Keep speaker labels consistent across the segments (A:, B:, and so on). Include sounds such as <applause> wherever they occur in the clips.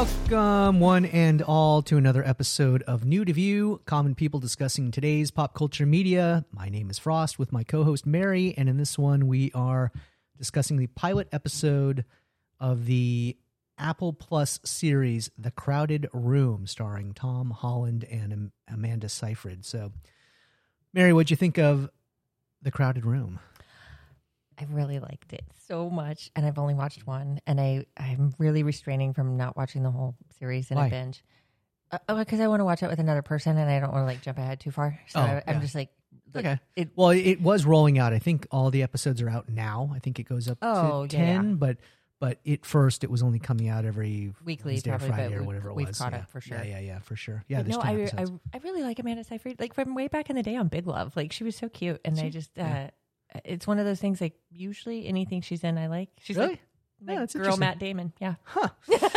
A: Welcome, one and all, to another episode of New to View, common people discussing today's pop culture media. My name is Frost with my co host Mary, and in this one, we are discussing the pilot episode of the Apple Plus series, The Crowded Room, starring Tom Holland and Am- Amanda Seyfried. So, Mary, what'd you think of The Crowded Room?
B: I really liked it so much, and I've only watched one, and I I'm really restraining from not watching the whole series in
A: Why?
B: a binge. Uh, oh, because I want to watch it with another person, and I don't want to like jump ahead too far. So
A: Oh,
B: I,
A: yeah.
B: I'm just like, like,
A: Okay.
B: It,
A: Well, it was rolling out. I think all the episodes are out now. I think it goes up
B: Oh,
A: to
B: yeah,
A: ten,
B: yeah.
A: but but it first it was only coming out every
B: Weekly,
A: Wednesday or
B: probably,
A: Friday
B: but
A: or
B: we-
A: whatever it
B: we've
A: was.
B: caught
A: yeah.
B: up for sure.
A: Yeah, yeah, yeah, for sure. Yeah,
B: but
A: there's
B: no,
A: ten
B: I, I
A: episodes.
B: I really like Amanda Seyfried, like from way back in the day on Big Love. Like she was so cute, and I
A: She-
B: just
A: yeah.
B: uh, it's one of those things. Like usually anything she's in, I like. She's
A: Really?
B: like my
A: Yeah, that's
B: girl
A: interesting.
B: Matt Damon. <laughs> Yeah,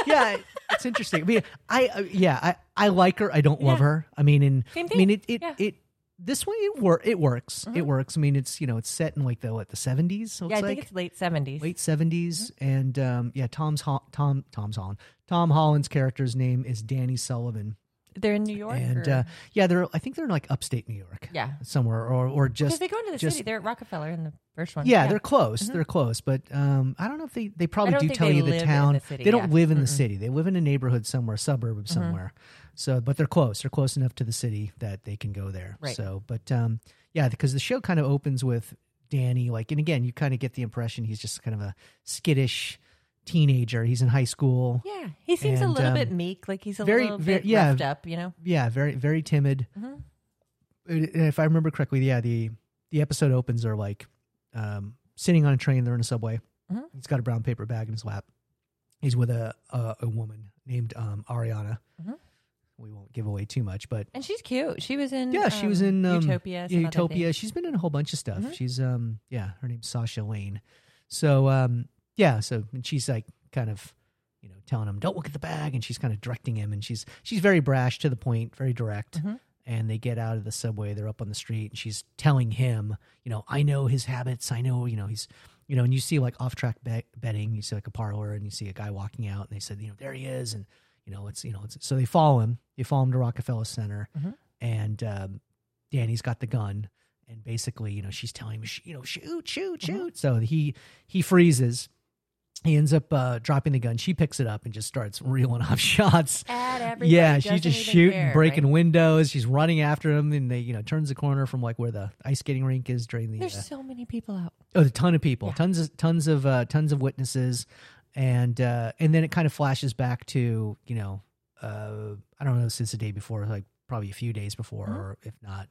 A: yeah, it's interesting. I mean, I uh, yeah, I I like her. I don't love
B: Yeah.
A: her. I mean, and
B: Same
A: I mean,
B: thing.
A: it it
B: Yeah. Mm-hmm.
A: it this one it wor- it works. It works. I mean, it's you know it's set in like the what the seventies. So
B: yeah. I
A: it's like
B: think it's late seventies.
A: late 70s and um, yeah tom's Ho- tom tom's holland tom holland's character's name is danny sullivan
B: They're in New York,
A: and
B: or-
A: uh, yeah they're i think they're in like upstate new york
B: yeah,
A: somewhere or or
B: because
A: just
B: they go into the
A: just-
B: city. They're at Rockefeller in the first one.
A: yeah, they're close. They're close, but um, I don't know if they, they probably do
B: Mm-hmm. don't think
A: tell
B: they
A: you
B: live
A: the
B: in
A: town.
B: the city,
A: they don't
B: yeah. Mm-hmm.
A: live in the city. They live in a neighborhood somewhere, suburb of somewhere. So, but they're close. They're close enough to the city that they can go there.
B: Right.
A: So, but um, yeah, because the show kind of opens with Danny, like, and again, you kind of get the impression he's just kind of a skittish teenager. He's in high school.
B: Yeah, he seems
A: And,
B: a little
A: um,
B: bit meek, like he's a
A: very-
B: little
A: very-
B: bit
A: yeah.
B: roughed up, you know. Mm-hmm.
A: yeah very very timid And- and uh, if i remember correctly yeah the the episode opens are like um sitting on a train they're in a subway
B: Mhm.
A: he's got a brown paper bag in his lap he's with a a, a woman named um ariana
B: Mhm.
A: we won't give away too much but
B: And she's cute. She was in
A: yeah she was
B: um,
A: in um,
B: Utopia.
A: yeah,
B: some other
A: utopia
B: things. Mm-hmm.
A: she's been in a whole bunch of stuff she's um yeah her name's sasha lane so um yeah so and she's like kind of you know telling him don't look at the bag and she's kind of directing him and she's she's very brash to the point very direct
B: Mhm.
A: and they get out of the subway they're up on the street and she's telling him you know i know his habits i know you know he's you know and you see like off track bet- betting you see like a parlor and you see a guy walking out and they said you know there he is and you know it's you know it's, so they follow him they follow him to rockefeller center
B: Mhm.
A: and um, danny's got the gun and basically you know she's telling him "Sh- you know shoot shoot
B: Mhm.
A: shoot so he he freezes he ends up uh, dropping the gun she picks it up and just starts reeling off <laughs> shots
B: At everybody.
A: yeah, she's
B: doesn't
A: just
B: even
A: shooting,
B: care,
A: breaking
B: right?
A: windows. She's running after him, and they, you know, turns the corner from like where the ice skating rink is during the.
B: There's
A: uh,
B: so many people out.
A: oh, a ton of people,
B: Yeah.
A: tons of tons of uh, tons of witnesses, and uh, and then it kind of flashes back to you know, uh, I don't know since the day before, like probably a few days before, or if not.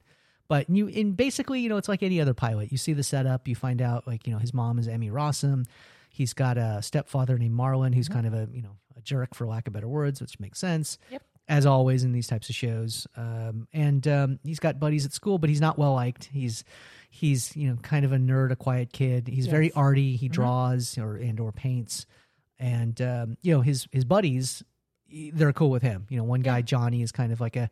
A: But you and basically, you know, it's like any other pilot. You see the setup, you find out like you know his mom is Emmy Rossum. He's got a stepfather named Marlon, who's kind of a you know a jerk for lack of better words, which makes sense
B: Yep.
A: as always in these types of shows. Um, and um, he's got buddies at school, but he's not well liked. He's he's you know kind of a nerd, a quiet kid. He's very
B: Yes. Mm-hmm.
A: arty. He draws or and or paints, and um, you know his his buddies, e, they're cool with him. You know, one guy Johnny is kind of like a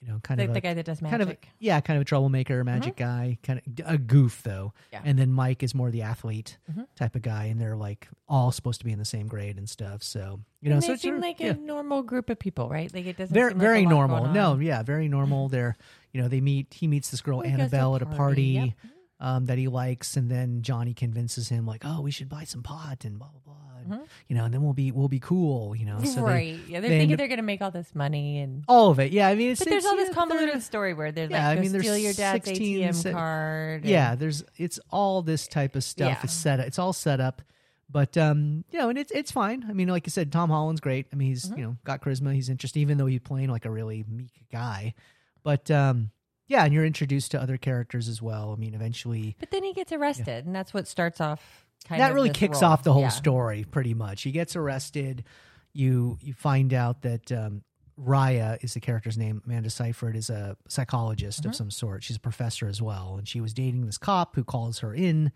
A: you know kind
B: The,
A: of a,
B: the guy that does magic. Mm-hmm.
A: kind of yeah, kind of a troublemaker, magic guy, kind of a goof though.
B: Yeah. Mm-hmm.
A: And then Mike is more the athlete type of guy, and they're like all supposed to be in the same grade and stuff. So you know,
B: and
A: so
B: they
A: it's sort
B: seem
A: of-
B: like
A: yeah
B: a normal group of people, right? Like it doesn't
A: very
B: seem like
A: very
B: a lot
A: normal.
B: going
A: No,
B: on.
A: yeah, very normal. They're you know they meet he meets this girl
B: He goes to a
A: Annabelle at a party
B: party, yep.
A: um, that he likes, and then Johnny convinces him like, oh, we should buy some pot and blah blah blah, and, you know, and then we'll be we'll be cool, you know. So they-
B: Mm-hmm.
A: Oh,
B: right? yeah, they're
A: they end
B: thinking
A: up-
B: they're going to make all this money, and
A: all of it, yeah. I mean, it's,
B: but there's
A: it's,
B: all
A: you
B: this
A: know, they're-
B: convoluted story where they're
A: Yeah, I
B: like,
A: mean,
B: go
A: there's
B: steal your dad's
A: 16, se-
B: ATM card. and-
A: Yeah, there's it's all this type of stuff.
B: Yeah.
A: It's set. It's all set up. But um, you know, and it's it's fine. I mean, like I said, Tom Holland's great. I mean, he's
B: Mm-hmm.
A: you know got charisma. He's interesting, even though he's playing like a really meek guy. But um, yeah, and you're introduced to other characters as well. I mean, eventually
B: But then he gets arrested, and that's what starts off. kind
A: that
B: of
A: really
B: this
A: kicks
B: role.
A: off the whole
B: Yeah.
A: story pretty much. He gets arrested. You you find out that um, Raya is the character's name. Amanda Seyfried is a psychologist
B: Mm-hmm.
A: of some sort. She's a professor as well, and she was dating this cop who calls her in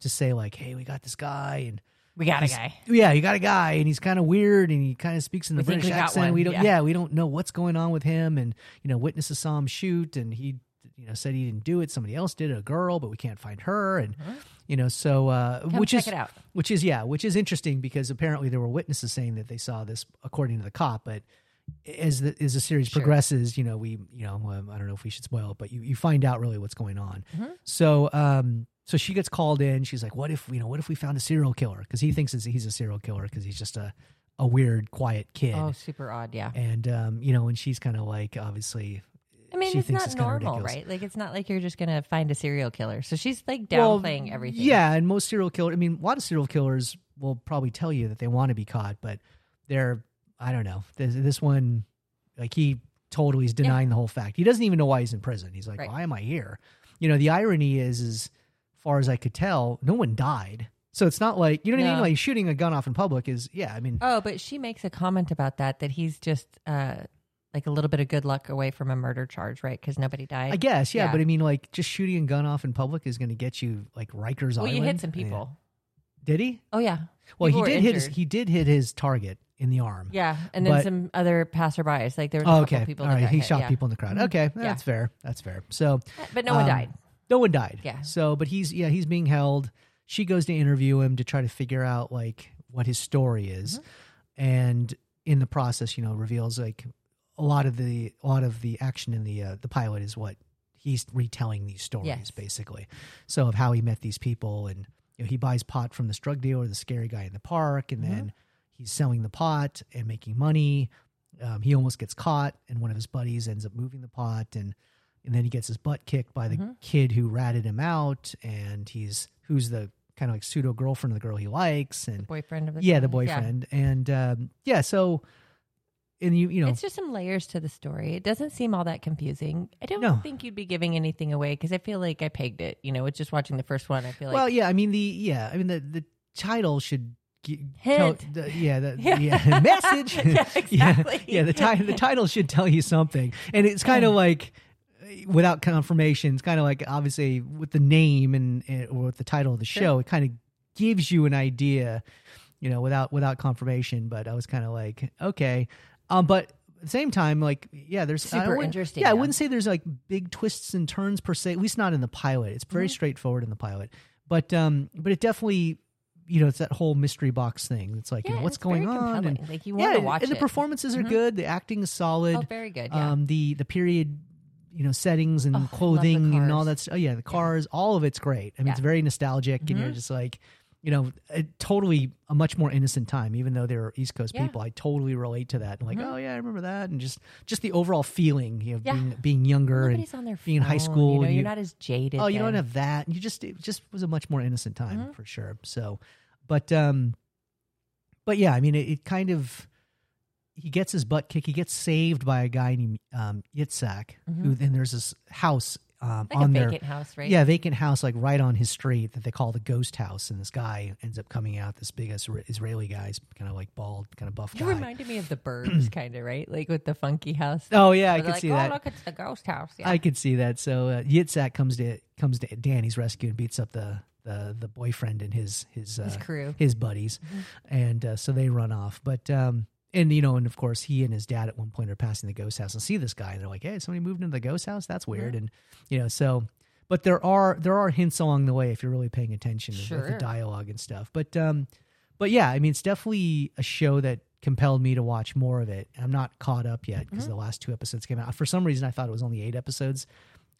A: to say like, "Hey, we got this guy," and
B: We got a
A: he's-
B: guy.
A: Yeah, you got a guy, and he's kind of weird, and he kind of speaks in the
B: We think
A: British
B: we got
A: accent.
B: one,
A: We don't, yeah.
B: yeah.
A: we don't know what's going on with him, and you know, witnesses saw him shoot, and he, you know said he didn't do it. Somebody else did it, a girl, but we can't find her. And you know, so uh,
B: Uh-huh. Come
A: which
B: check
A: is
B: it out.
A: which is yeah, which is interesting because apparently there were witnesses saying that they saw this according to the cop, but as the as the series
B: Sure.
A: progresses, you know, we you know um, I don't know if we should spoil, it, but you you find out really what's going on.
B: Mhm.
A: So um so she gets called in. She's like, "What if you know? What if we found a serial killer? Because he thinks it's, he's a serial killer because he's just a a weird, quiet kid."
B: Oh, super odd. Yeah.
A: And um, you know, and she's kind of like, obviously,
B: I mean,
A: she
B: it's
A: thinks
B: not
A: it's kinda
B: normal,
A: ridiculous.
B: right? Like, it's not like you're just going to find a serial killer. So she's like
A: well,
B: downplaying everything.
A: Yeah, and most serial killer. I mean, a lot of serial killers will probably tell you that they want to be caught, but they're I don't know. This, this one, like he totally is denying the whole fact. He doesn't even know why he's in prison. He's like,
B: Right.
A: why am I here? You know, the irony is, is far as I could tell, no one died. So it's not like you know what I mean.
B: No.
A: Like shooting a gun off in public is yeah. I mean,
B: Oh, but she makes a comment about that, that he's just uh, like a little bit of good luck away from a murder charge, right? Because nobody died.
A: I guess yeah,
B: yeah.
A: But I mean, like just shooting a gun off in public is going to get you like Rikers
B: well,
A: Island.
B: you hit some
A: I mean,
B: people.
A: Did he?
B: Oh, yeah.
A: Well,
B: People were
A: he did hit his,
B: injured.
A: he did hit his target in the arm.
B: Yeah. And then
A: But-
B: some other passerbys. Like, there were a
A: Oh,
B: couple
A: okay.
B: people
A: All
B: that
A: right.
B: got
A: He
B: hit,
A: shot
B: yeah.
A: people in the crowd. Okay.
B: Yeah.
A: That's fair. That's fair. So
B: But no one
A: um,
B: died.
A: no one died.
B: Yeah.
A: So, but he's, yeah, he's being held. She goes to interview him to try to figure out like what his story is.
B: Mm-hmm.
A: And in the process, you know, reveals like a lot of the, a lot of the action in the, uh, the pilot is what he's retelling these stories
B: Yes.
A: basically. So of how he met these people and, you know, he buys pot from this drug dealer, the scary guy in the park,
B: Mm-hmm.
A: and then he's selling the pot and making money. Um, he almost gets caught, and one of his buddies ends up moving the pot, and and then he gets his butt kicked by the
B: Mm-hmm.
A: kid who ratted him out, and he's who's the kind of like pseudo girlfriend of the girl he likes, and
B: Boyfriend of the
A: yeah, the
B: guy.
A: boyfriend, and um, yeah, so and you you know
B: It's just some layers to the story. It doesn't seem all that confusing. I don't
A: No.
B: think you'd be giving anything away because I feel like I pegged it. You know, with just watching the first one, I feel like
A: well yeah, I mean the yeah, I mean the the title should. g-
B: Hint.
A: the, yeah, the,
B: <laughs> Yeah.
A: yeah, <laughs> message.
B: <laughs> Yeah, exactly.
A: yeah, the title the title should tell you something, and it's kind of like uh, without confirmation. It's kind of like obviously with the name and, and- or with the title of the show, it kind of gives you an idea, you know, without without confirmation. But I was kind of like, okay, um, but. At the same time, like yeah, there's I
B: Super
A: wouldn't-
B: interesting,
A: Yeah, I
B: yeah.
A: wouldn't say there's like big twists and turns per se. At least not in the pilot. It's
B: Mm-hmm.
A: very straightforward in the pilot, but um, but it definitely, you know, it's that whole mystery box thing. It's like you
B: Yeah,
A: know what's
B: it's very
A: going on, and
B: compelling. like you want to
A: and- and
B: watch it.
A: the
B: Mm-hmm.
A: performances are good. The acting is solid.
B: oh, very good. Yeah.
A: Um, the the period, you know, settings and
B: Oh, I love the
A: clothing and all
B: cars.
A: that. stuff. Oh yeah, the cars, all of it's great. I mean, it's
B: Yeah. Mm-hmm.
A: very nostalgic, and you're just like, you know, a, totally a much more innocent time. Even though they're East Coast
B: Yeah. Mm-hmm.
A: people, I totally relate to that. And like, oh yeah, I remember that, and just just the overall feeling, you know,
B: Yeah.
A: being being younger and
B: Nobody's on their
A: being in high
B: phone,
A: school
B: You know,
A: and
B: you're
A: you-
B: not as jaded.
A: oh you don't
B: then.
A: have that you just it just was a much more innocent time
B: Mm-hmm.
A: for sure so but um but yeah i mean it, it kind of he gets his butt kicked he gets saved by a guy named um yitzhak who then there's this house um
B: Mm-hmm. like
A: on
B: a
A: there
B: vacant house, right?
A: yeah, vacant house like right on his street that they call the ghost house, and this guy ends up coming out. This big Isra- Israeli guy's kind of like bald, kind of buff
B: You
A: guy.
B: reminded me
A: <clears throat>
B: of the birds, kind of right, like with the funky house.
A: oh yeah, I
B: Where they're
A: can
B: like,
A: see
B: oh,
A: that.
B: look, it's the ghost house. Yeah.
A: I could see that. So uh, Yitzhak comes to comes to Danny's rescue and beats up the the, the boyfriend and his his uh,
B: His crew. Mm-hmm.
A: his buddies, and uh, so they run off. But um, and you know, and of course, he and his dad at one point are passing the ghost house and see this guy, and they're like, "Hey, somebody moved into the ghost house? That's
B: Mm-hmm.
A: weird." And you know, so but there are there are hints along the way if you're really paying attention to the
B: Sure.
A: dialogue and stuff. But um, but yeah, I mean, it's definitely a show that compelled me to watch more of it. I'm not caught up yet because
B: Mm-hmm.
A: the last two episodes came out. For some reason, I thought it was only eight episodes.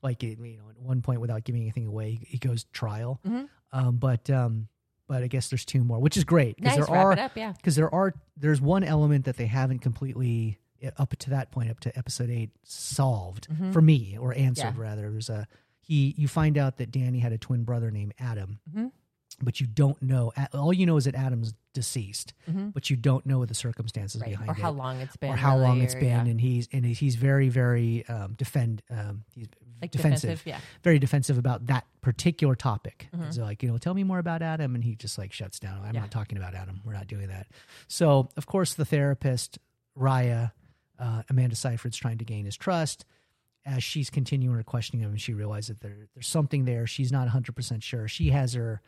A: Like it, you know, at one point, without giving anything away, he goes trial.
B: Mm-hmm.
A: Um, but um, but I guess there's two more, which is great because
B: nice.
A: there
B: wrap
A: are
B: it up. Yeah.
A: because there are there's one element that they haven't completely uh, up to that point up to episode 8 solved for me or answered
B: Mm-hmm. Yeah.
A: rather there's a he you find out that Danny had a twin brother named Adam
B: Mhm.
A: but you don't know a- all you know is that Adam's deceased
B: Mhm.
A: but you don't know the circumstances
B: Right.
A: behind
B: Or
A: it
B: how long it's been.
A: or how long
B: really,
A: it's
B: or-
A: been
B: yeah.
A: and he's and he's very very um defend um he's
B: Like
A: defensive
B: defensive. Yeah.
A: very defensive about that particular topic. So like, you know, tell me more about Adam, and he just like shuts down. I'm
B: Mm-hmm. Yeah.
A: not talking about Adam. We're not doing that. So of course, the therapist Raya, uh, Amanda Seyfried's trying to gain his trust. As she's continuing her questioning of him, she realizes that there, there's something there. She's not 100 percent sure. She has her,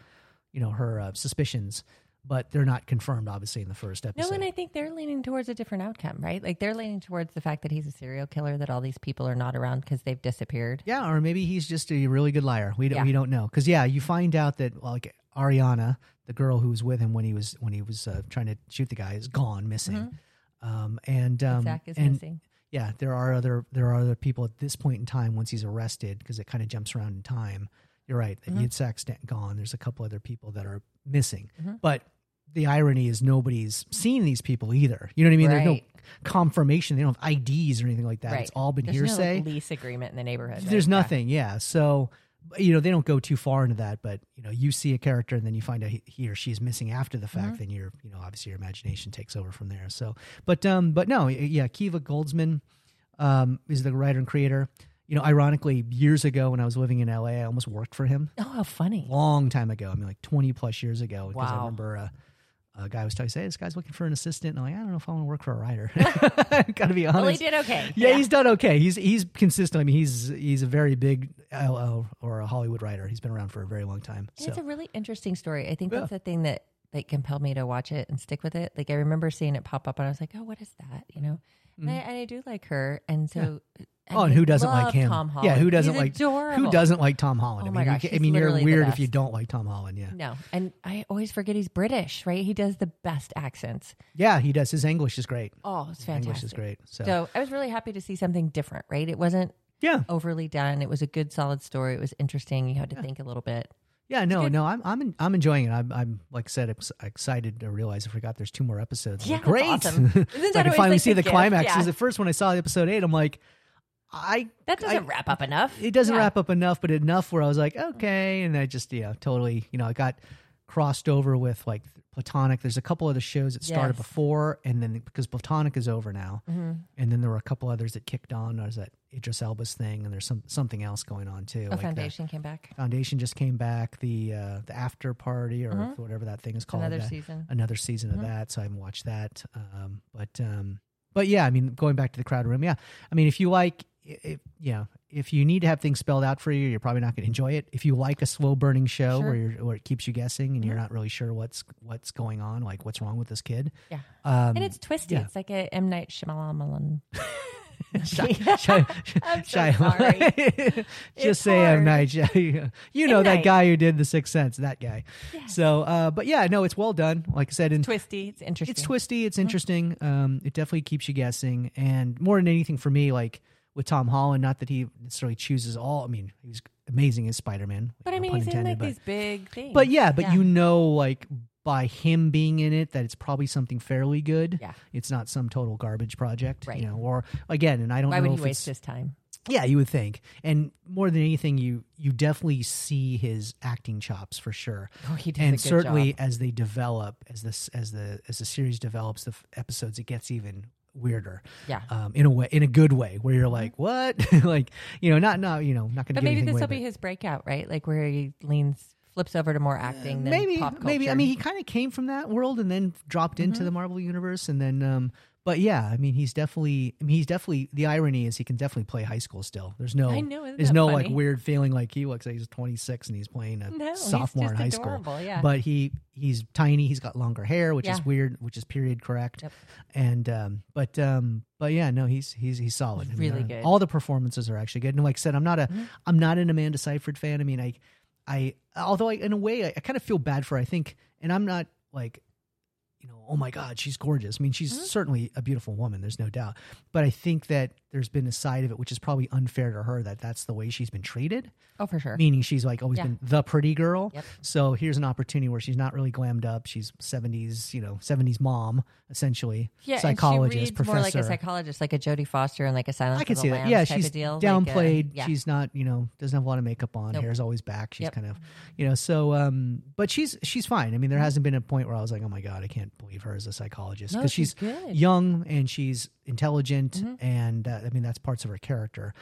A: you know, her uh, suspicions. but they're not confirmed, obviously, in the first
B: No,
A: episode.
B: and I think they're leaning towards a different outcome, right? Like they're leaning towards the fact that he's a serial killer, that all these people are not around because they've disappeared.
A: yeah, or maybe he's just a really good liar. We don't,
B: Yeah.
A: we don't know because yeah, you find out that like Ariana, the girl who was with him when he was when he was uh, trying to shoot the guy, is gone missing. Um, and um,
B: Mm-hmm. Zach is
A: and,
B: missing.
A: yeah, there are other there are other people at this point in time once he's arrested because it kind of jumps around in time. You're right.
B: Mm-hmm.
A: Yitzhak's da- gone. There's a couple other people that are missing,
B: Mm-hmm.
A: but the irony is nobody's seen these people either. You know what I mean? There's
B: Right.
A: no confirmation. They don't have IDs or anything like that.
B: Right.
A: It's all been
B: There's no, like,
A: hearsay.
B: lease agreement in the neighborhood.
A: There's
B: right? Yeah.
A: nothing. Yeah. So you know they don't go too far into that, but you know you see a character and then you find out he, he or she is missing after the
B: Mm-hmm.
A: fact. Then your you know obviously your imagination takes over from there. So but um but no yeah Kiva Goldsman um is the writer and creator. You know, ironically, years ago when I was living in LA, I almost worked for him.
B: Oh, how funny!
A: Long time ago, I mean, like twenty plus years ago. Because I
B: Wow.
A: remember uh, a guy was telling me, "Say, this guy's looking for an assistant." And I'm like, I don't know if I want to work for a writer. <laughs> Got to be honest.
B: Well, he did okay.
A: Yeah, he's done okay. He's he's consistent. I mean, he's he's a very big LL or a Hollywood writer. He's been around for a very long time.
B: And It's
A: So
B: a really interesting story. I think
A: Yeah.
B: that's the thing that like compelled me to watch it and stick with it. Like I remember seeing it pop up, and I was like, "Oh, what is that?" You know. And, I, and I do like her, and so.
A: Mm-hmm. oh, and
B: I
A: who doesn't like
B: love
A: him?
B: Tom
A: yeah, who
B: Holland.
A: doesn't
B: He's
A: like who
B: adorable.
A: doesn't like Tom Holland?
B: Oh
A: I
B: my
A: mean,
B: gosh,
A: you, ca- I
B: he's
A: mean, you're
B: literally the
A: weird if you
B: best.
A: don't like Tom Holland. Yeah,
B: No, and I always forget he's British, right? He does the best accents.
A: yeah, he does. His English is great.
B: Oh, it's
A: His
B: fantastic.
A: English is great. So,
B: So I was really happy to see something different, right? It wasn't
A: yeah,
B: overly done. It was a good, solid story. It was interesting. You had to think a little bit.
A: yeah, no, no, I'm I'm I'm enjoying it. I'm I'm like I said, ex- excited to realize I forgot there's two more episodes. I'm
B: Yeah,
A: like,
B: that's
A: great. <laughs>
B: awesome. Isn't
A: So I
B: that
A: can
B: always,
A: finally
B: like,
A: see the
B: the gift?
A: climax.
B: Yeah.
A: Because at first when I saw episode eight, I'm like, I
B: That
A: I-
B: doesn't wrap up enough.
A: it doesn't
B: Yeah.
A: wrap up enough, but enough where I was like, okay, and I just yeah, totally, you know, I got crossed over with like Platonic. There's a couple other shows that started
B: Yes.
A: before, and then because Platonic is over now,
B: Mm-hmm.
A: and then there were a couple others that kicked on. There's that Idris Elba's thing, and there's some something else going on too.
B: The
A: like
B: foundation came back.
A: The Foundation just came back. The uh, the after party or whatever that thing is called.
B: Mm-hmm. Another
A: that- Um,
B: season.
A: another season
B: Mm-hmm.
A: of that, so I haven't watched that. Um, but um, but yeah, I mean, going back to the crowd room, yeah, I mean, if you like, if, you know, if you need to have things spelled out for you, you're probably not going to enjoy it. If you like a slow burning show
B: Sure. Mm-hmm.
A: where you're, where it keeps you guessing and you're not really sure what's what's going on, like what's wrong with this kid,
B: Yeah.
A: um,
B: and it's twisty.
A: yeah.
B: It's like a M Night Shyamalan.
A: <laughs> Shy-
B: <laughs> I'm so
A: Shy-
B: sorry.
A: <laughs> just
B: It's
A: say M
B: hard.
A: Night. <laughs> Shy- You know
B: M.
A: that
B: Night.
A: guy who did The Sixth Sense, that guy. So, uh, but yeah, no, it's well done. Like I said, in
B: twisty. It's interesting.
A: it's twisty. It's interesting. Um, it definitely keeps you guessing, and more than anything for me, like with Tom Holland, not that he necessarily chooses all. I mean, he's amazing as Spider Man,
B: but I mean,
A: pun
B: he's in
A: intended.
B: like
A: but,
B: these big things.
A: but yeah, but you know, like by him being in it, that it's probably something fairly good.
B: Yeah.
A: it's not some total garbage project,
B: Right.
A: You know, or again, and I don't
B: Why
A: know
B: would
A: if
B: he waste
A: it's <laughs>
B: his time?
A: yeah, you would think, and more than anything, you you definitely see his acting chops for sure
B: Oh, he does a
A: and
B: good
A: certainly
B: job.
A: as they develop as this as the as the series develops the f- episodes it gets even weirder
B: Yeah. Mm-hmm.
A: um, in a way in a good way where you're like what <laughs> like you know not not you know not gonna
B: But
A: give
B: maybe
A: anything
B: this will
A: away,
B: be his breakout, right? Like where he leans, flips over to more acting
A: but
B: than
A: Uh, maybe
B: pop culture. Mm-hmm.
A: maybe i mean he kind of came from that world and then dropped into the marvel universe and then um but yeah i mean he's definitely i mean he's definitely the irony is he can definitely play high school still there's no
B: I know, isn't
A: there's
B: that
A: no like
B: funny?
A: weird feeling like he looks like he's 26 and he's playing a
B: <laughs> No, he's
A: sophomore in
B: just
A: high school
B: adorable, yeah.
A: but he he's tiny he's got longer hair which is
B: Yeah.
A: weird which is period correct
B: Yep.
A: and um but um but yeah no he's he's he's solid I mean,
B: Really
A: uh,
B: good. Mm-hmm.
A: all the performances are actually good and like i said i'm not a am not an amanda seyfried fan i mean i i although I, in a way I, I kind of feel bad for her. i think and i'm not like you know, oh my God, she's gorgeous. I mean, she's
B: Mm-hmm.
A: certainly a beautiful woman. There's no doubt. But I think that there's been a side of it which is probably unfair to her that that's the way she's been treated,
B: oh, for sure.
A: meaning she's like always
B: Yeah.
A: been the pretty girl.
B: Yep.
A: So here's an opportunity where she's not really glammed up. She's 70s, you know, 70s mom essentially,
B: Yeah, and she
A: psychologist,
B: reads
A: professor.
B: more like a psychologist, like a Jodie Foster and like a Silence
A: I can
B: of the
A: see that.
B: Lambs
A: Yeah,
B: type
A: she's
B: of deal.
A: downplayed.
B: Like, uh, yeah.
A: She's not, you know, doesn't have a lot of makeup on.
B: Nope.
A: Hair's always back. She's
B: Yep.
A: kind of, you know, so. um But she's she's fine. I mean, there hasn't been a point where I was like, oh my god, I can't believe her as a psychologist
B: Mm-hmm. No,
A: because
B: she's good. Mm-hmm.
A: young and she's intelligent, and uh, I mean that's parts of her character.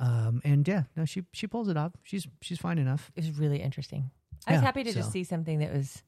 A: Um And yeah, no, she she pulls it off. She's she's fine enough.
B: it was really interesting. I was
A: Yeah,
B: happy to
A: so.
B: just see something that was,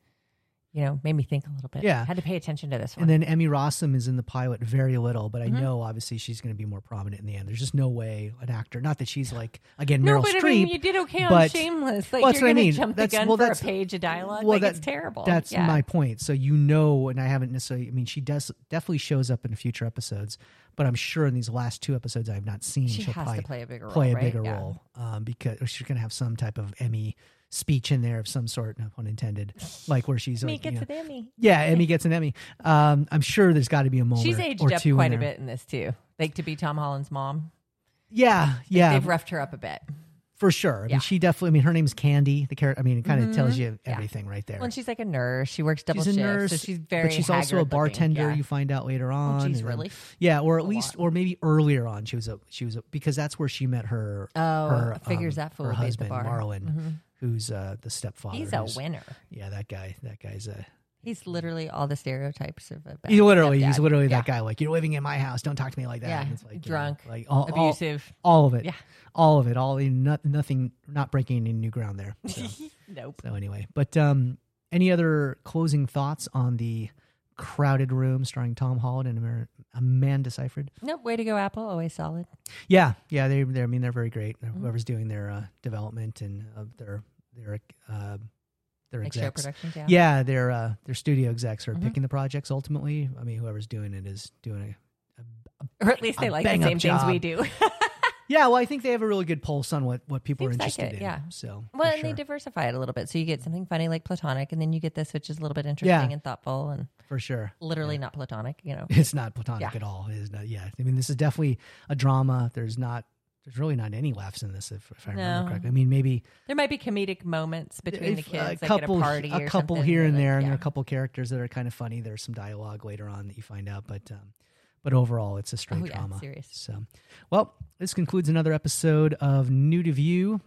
B: you know, made me think a little bit.
A: Yeah.
B: Had to pay attention to this one.
A: And then Emmy Rossum is in the pilot very little, but I
B: Mm-hmm.
A: know obviously she's going to be more prominent in the end. There's just no way an actor, not that she's like again
B: no,
A: Meryl
B: but
A: Streep.
B: I mean, you did okay on
A: but-
B: Shameless. Like
A: well, that's
B: you're
A: what I
B: gonna
A: mean.
B: jump
A: That's-
B: the gun
A: well,
B: for
A: that's-
B: a page of dialogue.
A: well,
B: like
A: that-
B: it's terrible.
A: That's
B: Yeah.
A: my point. So you know, and I haven't necessarily. I mean, she does definitely shows up in future episodes, but I'm sure in these last two episodes I have not seen.
B: She
A: she'll
B: has
A: probably
B: to play a bigger
A: play
B: role.
A: a
B: right?
A: bigger
B: Yeah.
A: role um, because or she's going to have some type of Emmy speech in there of some sort, no pun intended, like where she's
B: Me
A: like, you
B: gets
A: know-
B: an Emmy.
A: yeah, Emmy gets an Emmy. Um, I'm sure there's got to be a moment.
B: She's
A: or-
B: aged
A: or
B: up
A: two in
B: quite a
A: there.
B: bit in this too. Like to be Tom Holland's mom,
A: Yeah, yeah,
B: they've roughed her up a bit.
A: for sure. I mean,
B: Yeah. Mm-hmm.
A: she definitely. I mean, her name's Candy. The character. I mean, it kind of tells you
B: Yeah.
A: everything right there.
B: Well, and she's like a nurse. She works double
A: she's a
B: shifts,
A: nurse,
B: so she's very.
A: But she's also a
B: haggard looking.
A: bartender.
B: Yeah.
A: You find out later on.
B: geez,
A: and then-
B: really?
A: Yeah, or at least, or maybe earlier on, she was a she was a because that's where she met her.
B: Oh,
A: her, um,
B: figures that fool
A: her
B: would be at the
A: husband
B: bar. Mm-hmm.
A: Marlon, who's uh, the stepfather.
B: He's a
A: who's-
B: winner.
A: Yeah, that guy. That guy's a.
B: He's literally all the stereotypes of a bad
A: He literally, he's
B: stepdad.
A: literally
B: yeah.
A: that guy. Like you're living in my house. Don't talk to me like that.
B: Yeah,
A: And it's like you know,
B: drunk,
A: like all, all- <laughs>
B: abusive.
A: all, of it.
B: Yeah.
A: all of it. All no, nothing. Not breaking any new ground there.
B: <laughs>
A: So.
B: nope.
A: So anyway, but um, any other closing thoughts on the crowded room starring Tom Holland and Amer- Amanda Seyfried?
B: Nope. Way to go, Apple. Always solid.
A: Yeah, yeah, they, they I mean, they're very great.
B: Mm-hmm.
A: Whoever's doing their uh, development and uh, their their uh, their
B: Like show
A: execs.
B: productions. Yeah.
A: yeah, their uh, their studio execs are
B: Mhm.
A: picking the projects ultimately. I mean, whoever's doing it is doing it.
B: Or at least they
A: A
B: like the
A: bang-up
B: same things we
A: job. <laughs>
B: do.
A: Yeah, well, I think they have a really good pulse on what, what people are
B: Seems like
A: interested
B: it,
A: in.
B: yeah.
A: So for
B: well, and
A: sure,
B: they diversify it a little bit, so you get something funny like platonic, and then you get this, which is a little bit interesting and thoughtful, and
A: for sure.
B: literally not platonic.
A: <laughs>
B: You know.
A: It's not platonic
B: Yeah.
A: at all. It is not. Yeah, I mean, this is definitely a drama. There's not. There's really not any laughs in this, if, if I remember
B: No.
A: correctly. I mean, maybe
B: There might be comedic moments between the
A: if
B: kids,
A: a
B: like at a
A: couple,
B: party,
A: a
B: or
A: couple
B: something,
A: here and
B: like-
A: there, and there are
B: yeah.
A: a couple characters that are kind of funny. There's some dialogue later on that you find out, but um, but overall, it's a straight
B: Oh, yeah,
A: drama.
B: serious.
A: So, well, this concludes another episode of New to View.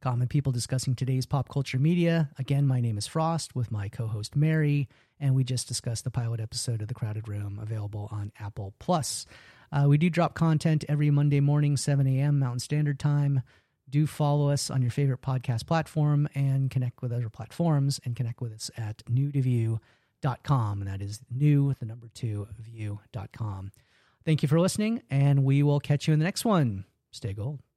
A: Common people discussing today's pop culture media. Again, my name is Frost with my co-host Mary, and we just discussed the pilot episode of The Crowded Room, available on Apple Plus. Uh, we do drop content every Monday morning, 7 a.m. Mountain Standard Time. Do follow us on your favorite podcast platform and connect with other platforms and connect with us at newtoview.com. And that is new, with the number two, view.com. Thank you for listening, and we will catch you in the next one. Stay gold.